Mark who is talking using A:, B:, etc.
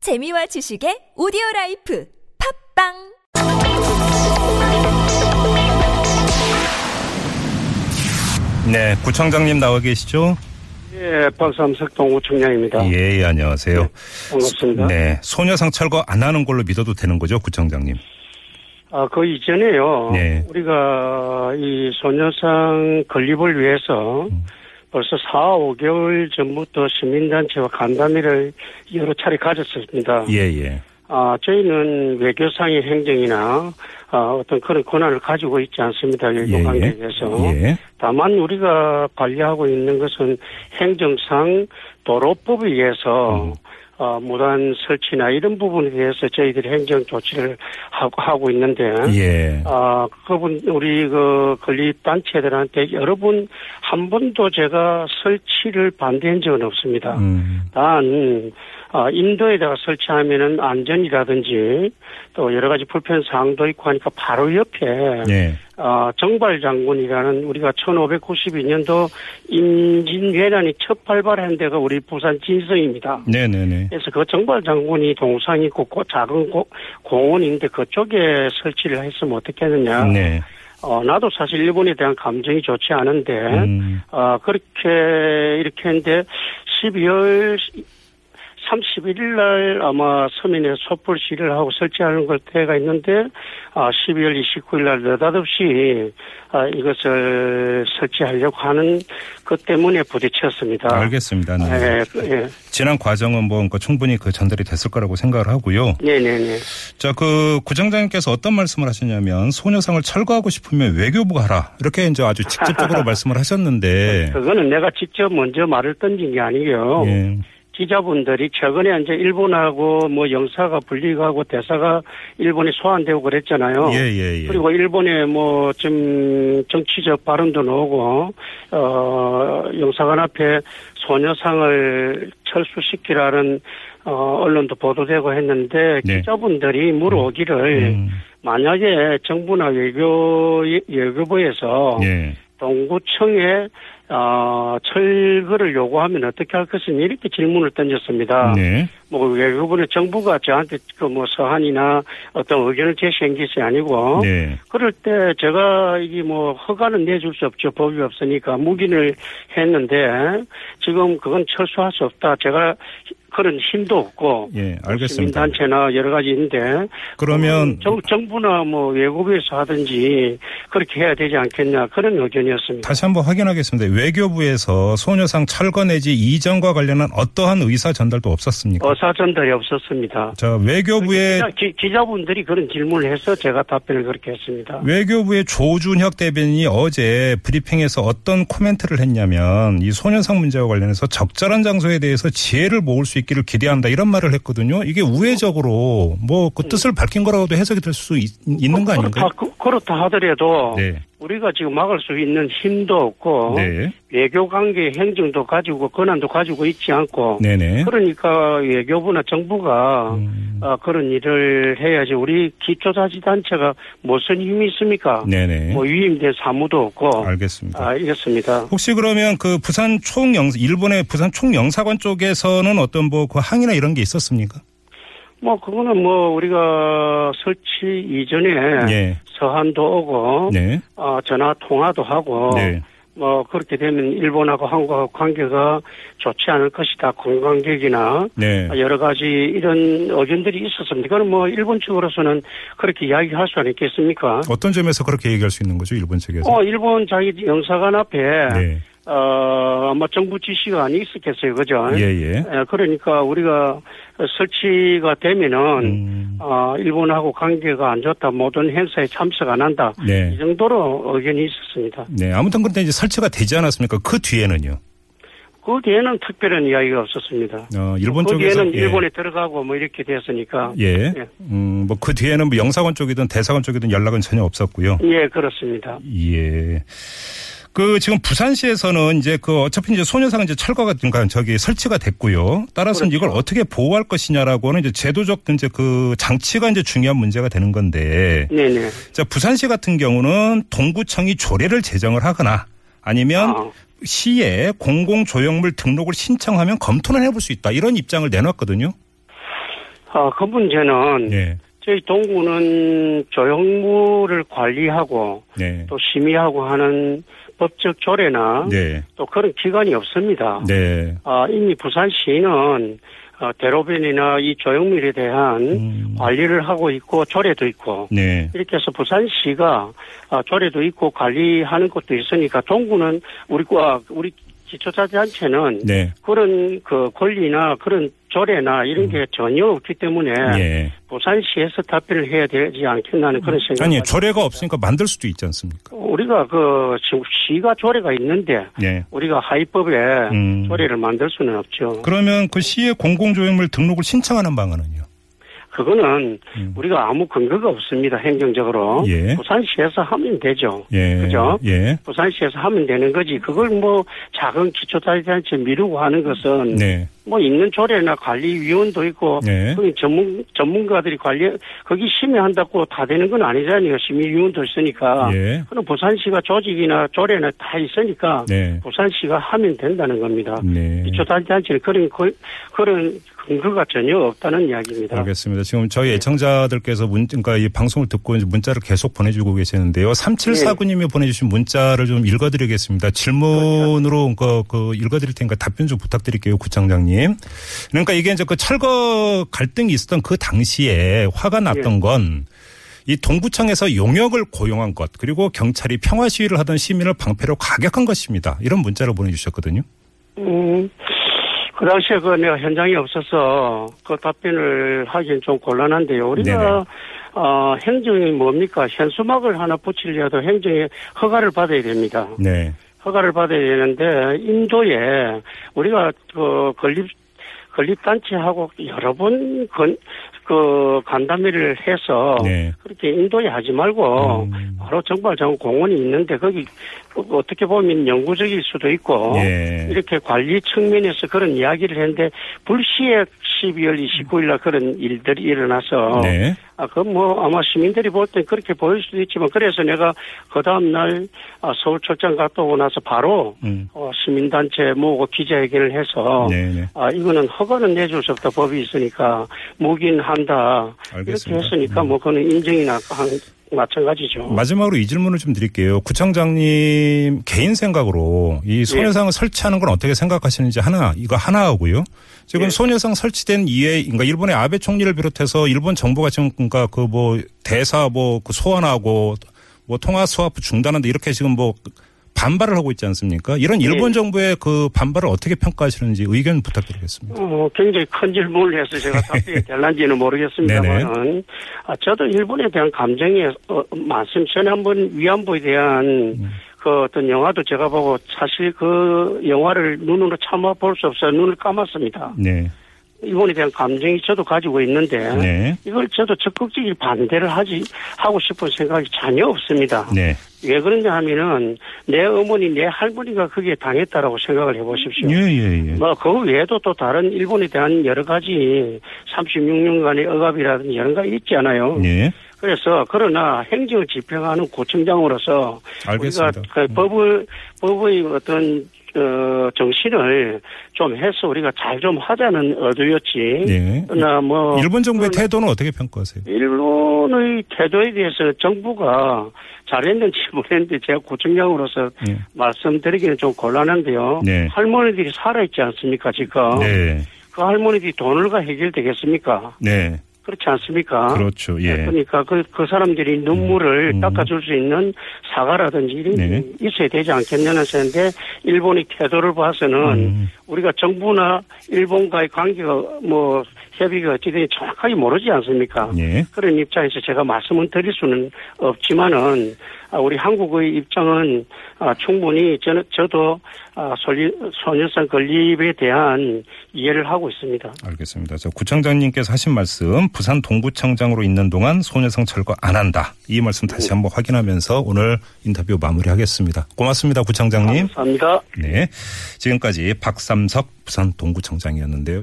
A: 재미와 지식의 오디오 라이프 팝빵
B: 네, 구청장님 나와 계시죠?
C: 예, 박삼석동 우총장입니다.
B: 예, 예, 안녕하세요.
C: 반갑습니다.
B: 네, 소녀상 철거 안 하는 걸로 믿어도 되는 거죠, 구청장님?
C: 아, 그 이전에요.
B: 네.
C: 우리가 이 소녀상 건립을 위해서
B: 음.
C: 벌써 4, 5개월 전부터 시민단체와 간담회를 여러 차례 가졌습니다.
B: 예, 예.
C: 아, 저희는 외교상의 행정이나 아, 어떤 그런 권한을 가지고 있지 않습니다. 외교
B: 예,
C: 관계에
B: 예.
C: 대해서.
B: 예.
C: 다만 우리가 관리하고 있는 것은 행정상 도로법에 의해서
B: 음.
C: 어, 무단 설치나 이런 부분에 대해서 저희들이 행정 조치를 하고, 하고 있는데
B: 예.
C: 아, 그분 우리 그 건립 단체들한테 여러 번 한 번도 제가 설치를 반대한 적은 없습니다.
B: 음,
C: 단 아, 인도에다가 설치하면은 안전이라든지 또 여러 가지 불편 사항도 있고 하니까 바로 옆에
B: 예.
C: 아, 정발 장군이라는 우리가 1592년도 임진왜란이 첫 발발한 데가 우리 부산 진성입니다.
B: 네네네.
C: 그래서 그 정발 장군이 동상 있고 고- 작은 고- 공원인데 그쪽에 설치를 했으면 어떻겠느냐.
B: 네.
C: 어, 나도 사실 일본에 대한 감정이 좋지 않은데,
B: 음,
C: 아, 그렇게 이렇게 했는데 12월 31일 날 아마 서민의 촛불 시위를 하고 설치하는 걸 때가 있는데 아, 12월 29일 날 느닷없이 아, 이것을 설치하려고 하는 것 때문에 부딪혔습니다.
B: 알겠습니다. 네.
C: 예, 예,
B: 지난 과정은 뭐 그러니까 충분히 그 전달이 됐을 거라고 생각을 하고요.
C: 네, 네, 네.
B: 자, 그 구청장님께서 어떤 말씀을 하시냐면 소녀상을 철거하고 싶으면 외교부가 하라. 이렇게 이제 아주 직접적으로 말씀을 하셨는데.
C: 그거는 내가 직접 먼저 말을 던진 게 아니고요.
B: 예.
C: 기자분들이 최근에 이제 일본하고 뭐 영사가 분리하고 대사가 일본에 소환되고 그랬잖아요.
B: 예, 예, 예.
C: 어. 그리고 일본에 뭐 좀 정치적 발언도 나오고 어 영사관 앞에 소녀상을 철수시키라는 어 언론도 보도되고 했는데
B: 네.
C: 기자분들이 물어오기를
B: 음,
C: 만약에 정부나 외교 외교부에서
B: 예.
C: 동구청에 어 철거를 요구하면 어떻게 할 것이냐 이렇게 질문을 던졌습니다.
B: 네.
C: 뭐 외교부는 정부가 저한테 그 뭐 서한이나 어떤 의견을 제시한 것이 아니고
B: 네.
C: 그럴 때 제가 이게 뭐 허가는 내줄 수 없죠. 법이 없으니까 묵인을 했는데 지금 그건 철수할 수 없다. 제가 그런 힘도 없고
B: 예, 알겠습니다.
C: 시민단체나 여러 가지 있는데
B: 그러면
C: 음, 정, 정부나 뭐 외국에서 하든지 그렇게 해야 되지 않겠냐 그런 의견이었습니다.
B: 다시 한번 확인하겠습니다. 외교부에서 소녀상 철거 내지 이전과 관련한 어떠한 의사 전달도 없었습니까?
C: 어사 그러니까. 전달이 없었습니다.
B: 자, 외교부의
C: 기, 기자분들이 그런 질문을 해서 제가 답변을 그렇게 했습니다.
B: 외교부의 조준혁 대변인이 어제 브리핑에서 어떤 코멘트를 했냐면 이 소녀상 문제와 관련해서 적절한 장소에 대해서 지혜를 모을 수 있기를 기대한다 이런 말을 했거든요. 이게 우회적으로 뭐 그 뜻을 밝힌 거라고도 해석이 될 수 있는 거 아닌가요?
C: 음. 그렇다, 그- 그렇다 하더라도
B: 네.
C: 우리가 지금 막을 수 있는 힘도 없고
B: 네.
C: 외교 관계 행정도 가지고 권한도 가지고 있지 않고
B: 네네.
C: 그러니까 외교부나 정부가
B: 음.
C: 아, 그런 일을 해야지 우리 기초자치단체가 무슨 힘이 있습니까?
B: 네네.
C: 뭐 위임된 사무도 없고
B: 알겠습니다.
C: 아, 이렇습니다.
B: 혹시 그러면 그 부산 총영 일본의 부산 총영사관 쪽에서는 어떤 뭐 그 항의나 이런 게 있었습니까?
C: 뭐 그거는 뭐 우리가 설치 이전에
B: 예.
C: 서한도 오고
B: 네.
C: 아, 전화 통화도 하고
B: 네.
C: 뭐 그렇게 되면 일본하고 한국하고 관계가 좋지 않을 것이다. 관광객이나
B: 네.
C: 여러 가지 이런 의견들이 있었습니다. 그건 뭐 일본 측으로서는 그렇게 이야기할 수는 있겠습니까?
B: 어떤 점에서 그렇게 얘기할 수 있는 거죠, 일본 측에서?
C: 어, 일본 자기 영사관 앞에
B: 네.
C: 어, 아마 정부 지시가 아니 있었겠어요. 그죠?
B: 예, 예.
C: 예, 그러니까 우리가 설치가 되면은
B: 음,
C: 아, 일본하고 관계가 안 좋다. 모든 행사에 참석 안 한다.
B: 네.
C: 이 정도로 의견이 있었습니다.
B: 네. 아무튼 근데 이제 설치가 되지 않았습니까? 그 뒤에는요.
C: 그 뒤에는 특별한 이야기가 없었습니다.
B: 어, 일본
C: 그
B: 쪽에서
C: 뒤에는
B: 예.
C: 일본에 들어가고 뭐 이렇게 됐으니까.
B: 예.
C: 예.
B: 음, 뭐 그 뒤에는 뭐 영사관 쪽이든 대사관 쪽이든 연락은 전혀 없었고요.
C: 예, 그렇습니다.
B: 예. 그 지금 부산시에서는 이제 그 어차피 이제 소녀상 이제 철거가 그러니까 저기 설치가 됐고요. 따라서 이걸 어떻게 보호할 것이냐라고 하는 이제 제도적 이제 그 장치가 이제 중요한 문제가 되는 건데.
C: 네네.
B: 자, 부산시 같은 경우는 동구청이 조례를 제정을 하거나 아니면
C: 아.
B: 시에 공공조형물 등록을 신청하면 검토는 해볼 수 있다. 이런 입장을 내놨거든요.
C: 아, 그 문제는
B: 예.
C: 저희 동구는 조형물을 관리하고
B: 네.
C: 또 심의하고 하는 법적 조례나
B: 네.
C: 또 그런 기관이 없습니다.
B: 네.
C: 아, 이미 부산시는 어, 대로변이나 이 조형물에 대한
B: 음.
C: 관리를 하고 있고 조례도 있고
B: 네.
C: 이렇게 해서 부산시가 아, 조례도 있고 관리하는 것도 있으니까 동구는 우리 과 우리 기초자치단체는
B: 네.
C: 그런 그 권리나 그런 조례나 이런 게 전혀 없기 때문에
B: 음. 예.
C: 부산시에서 답변을 해야 되지 않겠나는 그런
B: 음.
C: 생각.
B: 아니, 조례가 없으니까 만들 수도 있지 않습니까?
C: 우리가 그 지금 시가 조례가 있는데
B: 예.
C: 우리가 하위법에
B: 음.
C: 조례를 만들 수는 없죠.
B: 그러면 그 시의 공공조형물 등록을 신청하는 방안은요?
C: 그거는
B: 음.
C: 우리가 아무 근거가 없습니다. 행정적으로
B: 예.
C: 부산시에서 하면 되죠.
B: 예.
C: 그죠?
B: 예.
C: 부산시에서 하면 되는 거지. 그걸 뭐 작은 기초자치단체 미루고 하는 것은
B: 네.
C: 뭐 있는 조례나 관리위원도 있고
B: 네.
C: 거기 전문 전문가들이 관리 거기 심의한다고 다 되는 건 아니잖아요. 심의위원도 있으니까.
B: 예.
C: 그럼 부산시가 조직이나 조례나 다 있으니까
B: 네.
C: 부산시가 하면 된다는 겁니다.
B: 네.
C: 기초단체는 그런 거- 그런 근거가 전혀 없다는 이야기입니다.
B: 예. 알겠습니다. 지금 저희 애청자들께서 문, 그러니까 이 방송을 듣고 이제 문자를 계속 보내주고 계시는데요. 3749님이 보내주신 문자를 좀 읽어드리겠습니다. 질문으로 그, 그 읽어드릴 테니까 답변 좀 부탁드릴게요, 구청장님. 그러니까 이게 이제 그 철거 갈등이 있었던 그 당시에 화가 났던 건. 이 동구청에서 용역을 고용한 것 그리고 경찰이 평화 시위를 하던 시민을 방패로 가격한 것입니다. 이런 문자를 보내주셨거든요.
C: 음, 그 당시에 그 내가 현장에 없어서 그 답변을 하기엔 좀 곤란한데요.
B: 네네.
C: 우리가 어, 행정이 뭡니까? 현수막을 하나 붙이려도 행정의 허가를 받아야 됩니다.
B: 네,
C: 허가를 받아야 되는데 인도에 우리가 그 건립 건립 단체하고 여러 번그 간담회를 해서
B: 네,
C: 그렇게 인도에 하지 말고
B: 음.
C: 바로 정발장 공원이 있는데 거기 어떻게 보면 영구적일 수도 있고
B: 예.
C: 이렇게 관리 측면에서 그런 이야기를 했는데 불시에 12월 29일 날 그런 일들이 일어나서
B: 네,
C: 아, 그 뭐 아마 시민들이 볼 땐 그렇게 보일 수도 있지만 그래서 내가 그 다음날 아, 서울 출장 갔다 오고 나서 바로
B: 음.
C: 어, 시민단체 모으고 기자회견을 해서
B: 네, 네.
C: 아, 이거는 허가는 내줄 수 없다. 법이 있으니까 무긴 한다.
B: 알겠습니다. 음.
C: 이렇게 했으니까 뭐 그거는 인정이나 한, 마찬가지죠.
B: 마지막으로 이 질문을 좀 드릴게요. 구청장님 개인 생각으로 이 소녀상을 설치하는 건 어떻게 생각하시는지 하나 이거 하나 하고요. 지금
C: 예.
B: 소녀상 설치된 이에 그러니까 일본의 아베 총리를 비롯해서 일본 정부가 지금 그러니까 그 뭐 대사 뭐 그 소환하고 뭐 통화 수화프 중단한다 이렇게 지금 뭐 반발을 하고 있지 않습니까? 이런 일본
C: 예.
B: 정부의 그 반발을 어떻게 평가하시는지 의견 부탁드리겠습니다.
C: 어, 굉장히 큰 질문을 해서 제가 답변이 될란지는 모르겠습니다만, 아, 저도 일본에 대한 감정이 어, 많습니다. 전에 한번 위안부에 대한
B: 음.
C: 그 어떤 영화도 제가 보고 사실 그 영화를 눈으로 참아 볼 수 없어서 눈을 감았습니다.
B: 네,
C: 일본에 대한 감정이 저도 가지고 있는데,
B: 네,
C: 이걸 저도 적극적인 반대를 하지, 하고 싶은 생각이 전혀 없습니다.
B: 네.
C: 왜 그러냐 하면은, 내 어머니, 내 할머니가 거기에 당했다라고 생각을 해보십시오.
B: 예, 예, 예.
C: 뭐, 그 외에도 또 다른 일본에 대한 여러 가지 36년간의 억압이라든지 여러 가지 있잖아요.
B: 예,
C: 그래서, 그러나 행정을 집행하는 구청장으로서
B: 알겠습니다. 음.
C: 우리가 그 법을, 법의 어떤, 어, 정신을 좀 해서 우리가 잘 좀 하자는 의도였지.
B: 예.
C: 그러나 뭐.
B: 일본 정부의 태도는 어떻게 평가하세요?
C: 일본의 태도에 대해서 정부가 잘했는지 모르겠는데 제가 구청장으로서
B: 예.
C: 말씀드리기는 좀 곤란한데요.
B: 네.
C: 할머니들이 살아있지 않습니까 지금?
B: 네,
C: 그 할머니들이 돈을가 해결되겠습니까?
B: 네,
C: 그렇지 않습니까?
B: 그렇죠. 예,
C: 그러니까 그, 그 사람들이 눈물을
B: 음.
C: 닦아줄 수 있는 사과라든지 이런 게
B: 네.
C: 있어야 되지 않겠냐는 생각인데 일본의 태도를 봐서는
B: 음.
C: 우리가 정부나 일본과의 관계가 뭐 협의가 어찌든 정확하게 모르지 않습니까?
B: 예,
C: 그런 입장에서 제가 말씀은 드릴 수는 없지만은 아, 우리 한국의 입장은 아, 충분히 저는 저도 아, 솔리- 소녀상 건립에 대한 이해를 하고 있습니다.
B: 알겠습니다. 저 구청장님께서 하신 말씀, 부산 동구청장으로 있는 동안 소녀상 철거 안 한다. 이 말씀 다시 한번 확인하면서 오늘 인터뷰 마무리하겠습니다. 고맙습니다, 구청장님.
C: 감사합니다.
B: 네, 지금까지 박삼석 부산 동구청장이었는데요.